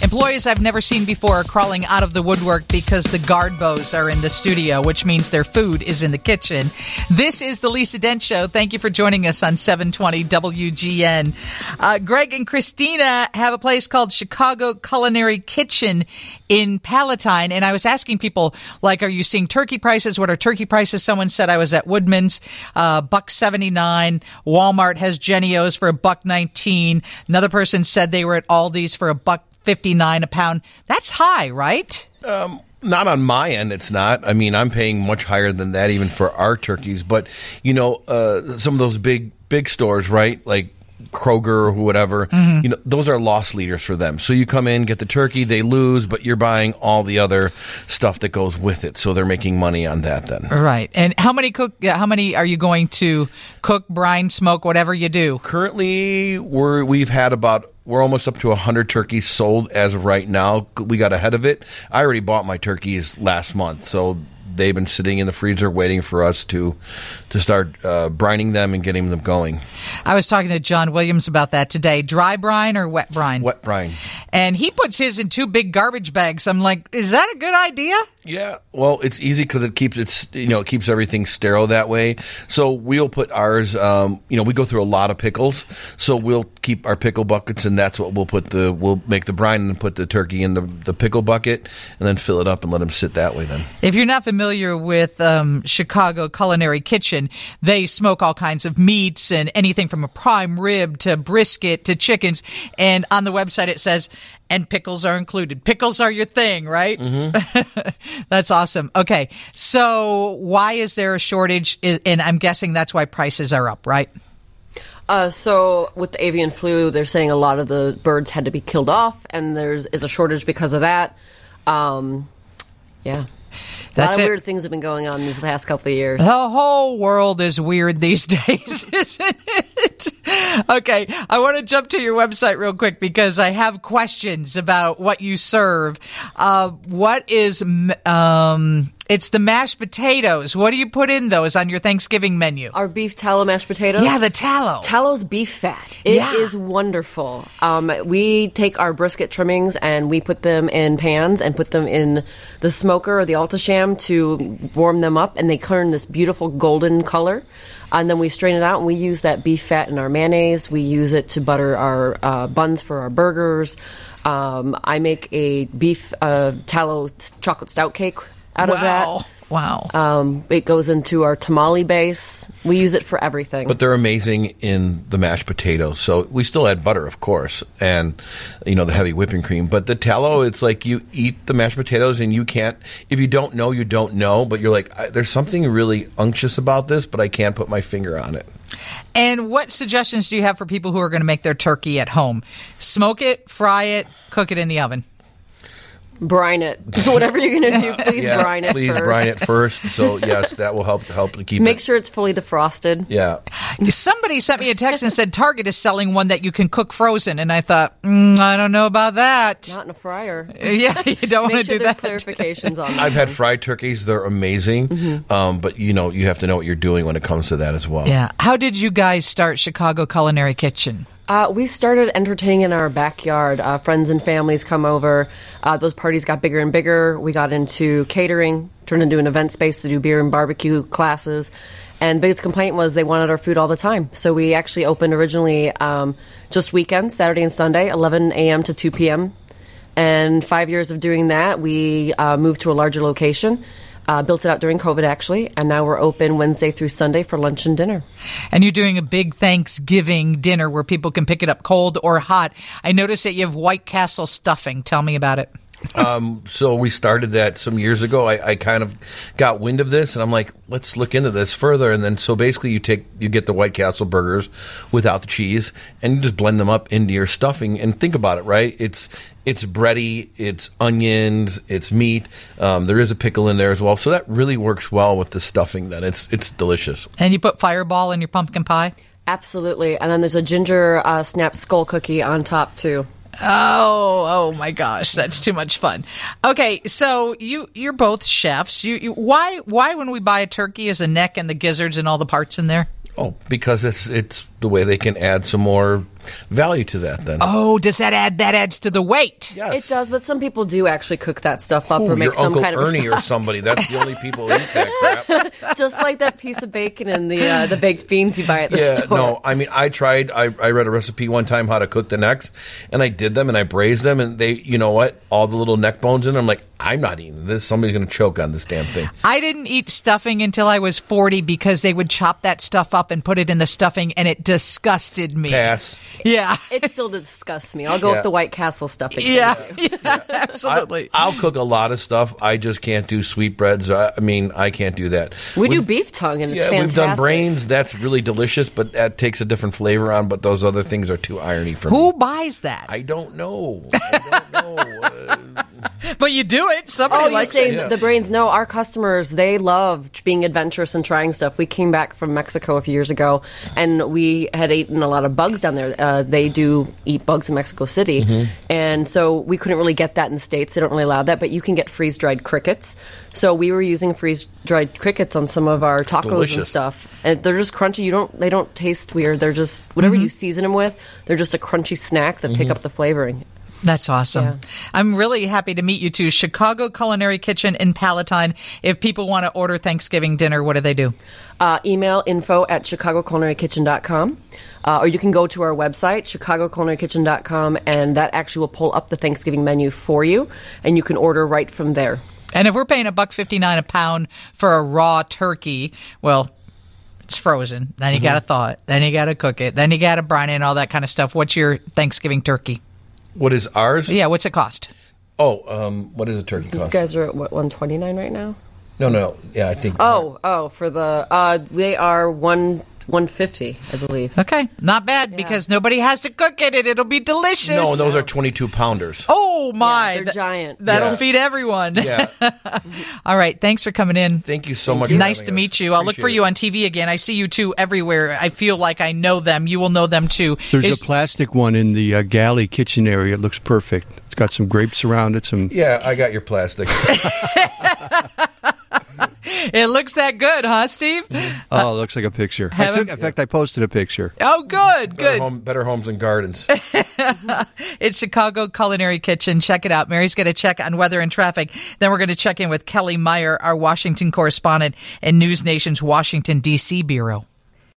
Employees I've never seen before are crawling out of the woodwork because the guard bows are in the studio, which means their food is in the kitchen. This is the Lisa Dent Show. Thank you for joining us on 720 WGN. Uh, Greg and Christina have a place called Chicago Culinary Kitchen in Palatine. And I was asking people, like, are you seeing turkey prices? What are turkey prices? Someone said I was at Woodman's, uh, buck 79. Walmart has Genio's for a buck 19. Another person said they were at Aldi's for a buck 59 a pound. That's high, right? Um, not on my end, it's not. I mean, I'm paying much higher than that even for our turkeys. But, you know, uh, some of those big, big stores, right? Like, Kroger or whatever, mm-hmm. you know, those are loss leaders for them. So you come in, get the turkey, they lose, but you're buying all the other stuff that goes with it. So they're making money on that then. Right. And how many cook how many are you going to cook, brine, smoke, whatever you do? Currently, we're we've had about we're almost up to 100 turkeys sold as of right now. We got ahead of it. I already bought my turkeys last month. So they've been sitting in the freezer waiting for us to to start uh, brining them and getting them going. I was talking to John Williams about that today. Dry brine or wet brine? Wet brine. And he puts his in two big garbage bags. I'm like, is that a good idea? Yeah. Well, it's easy because it keeps it's you know it keeps everything sterile that way. So we'll put ours. Um, you know, we go through a lot of pickles, so we'll keep our pickle buckets, and that's what we'll put the we'll make the brine and put the turkey in the the pickle bucket, and then fill it up and let them sit that way. Then, if you're not familiar with um, Chicago Culinary Kitchen, they smoke all kinds of meats and anything from a prime rib to brisket to chickens. And on the website, it says, and pickles are included. Pickles are your thing, right? Mm-hmm. that's awesome. Okay. So, why is there a shortage? and I'm guessing that's why prices are up, right? Uh, so with the avian flu, they're saying a lot of the birds had to be killed off, and there's is a shortage because of that. Um, yeah. That's a lot of it. weird things have been going on these last couple of years. The whole world is weird these days, isn't it? Okay, I want to jump to your website real quick because I have questions about what you serve. Uh, what is um, it's the mashed potatoes. What do you put in those on your Thanksgiving menu? Our beef tallow mashed potatoes. Yeah, the tallow. Tallow's beef fat. It yeah. is wonderful. Um, we take our brisket trimmings and we put them in pans and put them in the smoker or the altasham to warm them up, and they turn this beautiful golden color. And then we strain it out, and we use that beef fat in our mayonnaise. We use it to butter our uh, buns for our burgers. Um, I make a beef uh, tallow chocolate stout cake out wow. of that. Wow. Um, it goes into our tamale base. We use it for everything. But they're amazing in the mashed potatoes. So we still add butter, of course, and you know the heavy whipping cream. But the tallow, it's like you eat the mashed potatoes and you can't. If you don't know, you don't know. But you're like, there's something really unctuous about this, but I can't put my finger on it. And what suggestions do you have for people who are going to make their turkey at home? Smoke it, fry it, cook it in the oven brine it. Whatever you're going to do, please yeah, brine it. Please first. brine it first. So yes, that will help help to keep. Make it. sure it's fully defrosted. Yeah. Somebody sent me a text and said Target is selling one that you can cook frozen, and I thought mm, I don't know about that. Not in a fryer. Yeah, you don't want to sure do that. Clarifications on. That. I've had fried turkeys; they're amazing, mm-hmm. um, but you know you have to know what you're doing when it comes to that as well. Yeah. How did you guys start Chicago Culinary Kitchen? Uh, we started entertaining in our backyard. Uh, friends and families come over. Uh, those parties got bigger and bigger. We got into catering, turned into an event space to do beer and barbecue classes. And biggest complaint was they wanted our food all the time. So we actually opened originally um, just weekends, Saturday and Sunday, 11 a.m. to 2 p.m. And five years of doing that, we uh, moved to a larger location. Uh, built it out during COVID actually, and now we're open Wednesday through Sunday for lunch and dinner. And you're doing a big Thanksgiving dinner where people can pick it up cold or hot. I notice that you have White Castle stuffing. Tell me about it. um, so we started that some years ago. I, I, kind of got wind of this, and I'm like, let's look into this further. And then so basically, you take you get the White Castle burgers without the cheese, and you just blend them up into your stuffing. And think about it, right? It's it's bready, it's onions, it's meat. Um, there is a pickle in there as well, so that really works well with the stuffing. Then it's it's delicious. And you put Fireball in your pumpkin pie. Absolutely, and then there's a ginger uh, snap skull cookie on top too. Oh, oh my gosh, that's too much fun. Okay, so you you're both chefs. You, you, why why when we buy a turkey is the neck and the gizzards and all the parts in there? Oh, because it's it's the way they can add some more value to that then. Oh, does that add that adds to the weight? yes. It does, but some people do actually cook that stuff up Ooh, or make your some Uncle kind of a Ernie or somebody. That's the only people who eat that crap. just like that piece of bacon and the uh, the baked beans you buy at the Yeah, store. no. I mean, I tried. I, I read a recipe one time how to cook the necks, and I did them and I braised them, and they, you know what? All the little neck bones in. Them, I'm like, I'm not eating this. Somebody's going to choke on this damn thing. I didn't eat stuffing until I was 40 because they would chop that stuff up and put it in the stuffing and it disgusted me. Pass. Yeah. It still disgusts me. I'll go Yeah. with the White Castle stuffing. Yeah. Yeah, I, Absolutely. I'll cook a lot of stuff. I just can't do sweetbreads. I, I mean, I can't do that. We do We've- beef tongue and it's Yeah, we've fantastic. done brains. That's really delicious, but that takes a different flavor on. But those other things are too irony for Who me. buys that? I don't know. I don't know. Uh, but you do it. Somebody Oh, you likes say it. Yeah. the brains? No, our customers they love being adventurous and trying stuff. We came back from Mexico a few years ago, and we had eaten a lot of bugs down there. Uh, they do eat bugs in Mexico City, Mm-hmm. and so we couldn't really get that in the states. They don't really allow that, but you can get freeze dried crickets. So we were using freeze dried crickets on some of our tacos and delicious. stuff, and they're just crunchy. You don't they don't taste weird. They're just whatever you Mm-hmm. season them with. They're just a crunchy snack that pick up the flavoring. That's awesome. Yeah. I'm really happy to meet you two. Chicago Culinary Kitchen in Palatine. If people want to order Thanksgiving dinner, what do they do? uh, email info at chicagoculinarykitchen.com. Uh, or you can go to our website, chicagoculinarykitchen.com, and that actually will pull up the Thanksgiving menu for you, and you can order right from there. And if we're paying a buck fifty nine a pound for a raw turkey, well, it's frozen. Then Mm-hmm. you got to thaw it. Then you got to cook it. Then you got to brine it and all that kind of stuff. What's your Thanksgiving turkey? what is ours? Yeah, what's it cost? Oh, um, what is a turkey You cost? guys are at what 129 right now? no, no. Yeah, I think. Oh, oh, for the uh, they are one 150, I believe. Okay, not bad because nobody has to cook it, and it'll be delicious. no, those are twenty-two pounders. Oh my, they're Th- giant. That'll Yeah. feed everyone. Yeah. All right, thanks for coming in. Thank you so much. for Nice having to us. meet you. I'll look for Appreciate you it. on TV again. I see you two everywhere. I feel like I know them. You will know them too. There's Is- a plastic one in the uh, galley kitchen area. It looks perfect. It's got some grapes around it. Some Yeah, I got your plastic. it looks that good, huh, Steve? oh, it looks like a picture. I Haven't- took, in fact, I posted a picture. Oh, good, Better, good. home, better homes and gardens. It's Chicago Culinary Kitchen. Check it out. Mary's going to check on weather and traffic. Then we're going to check in with Kelly Meyer, our Washington correspondent and News Nation's Washington, D.C. Bureau.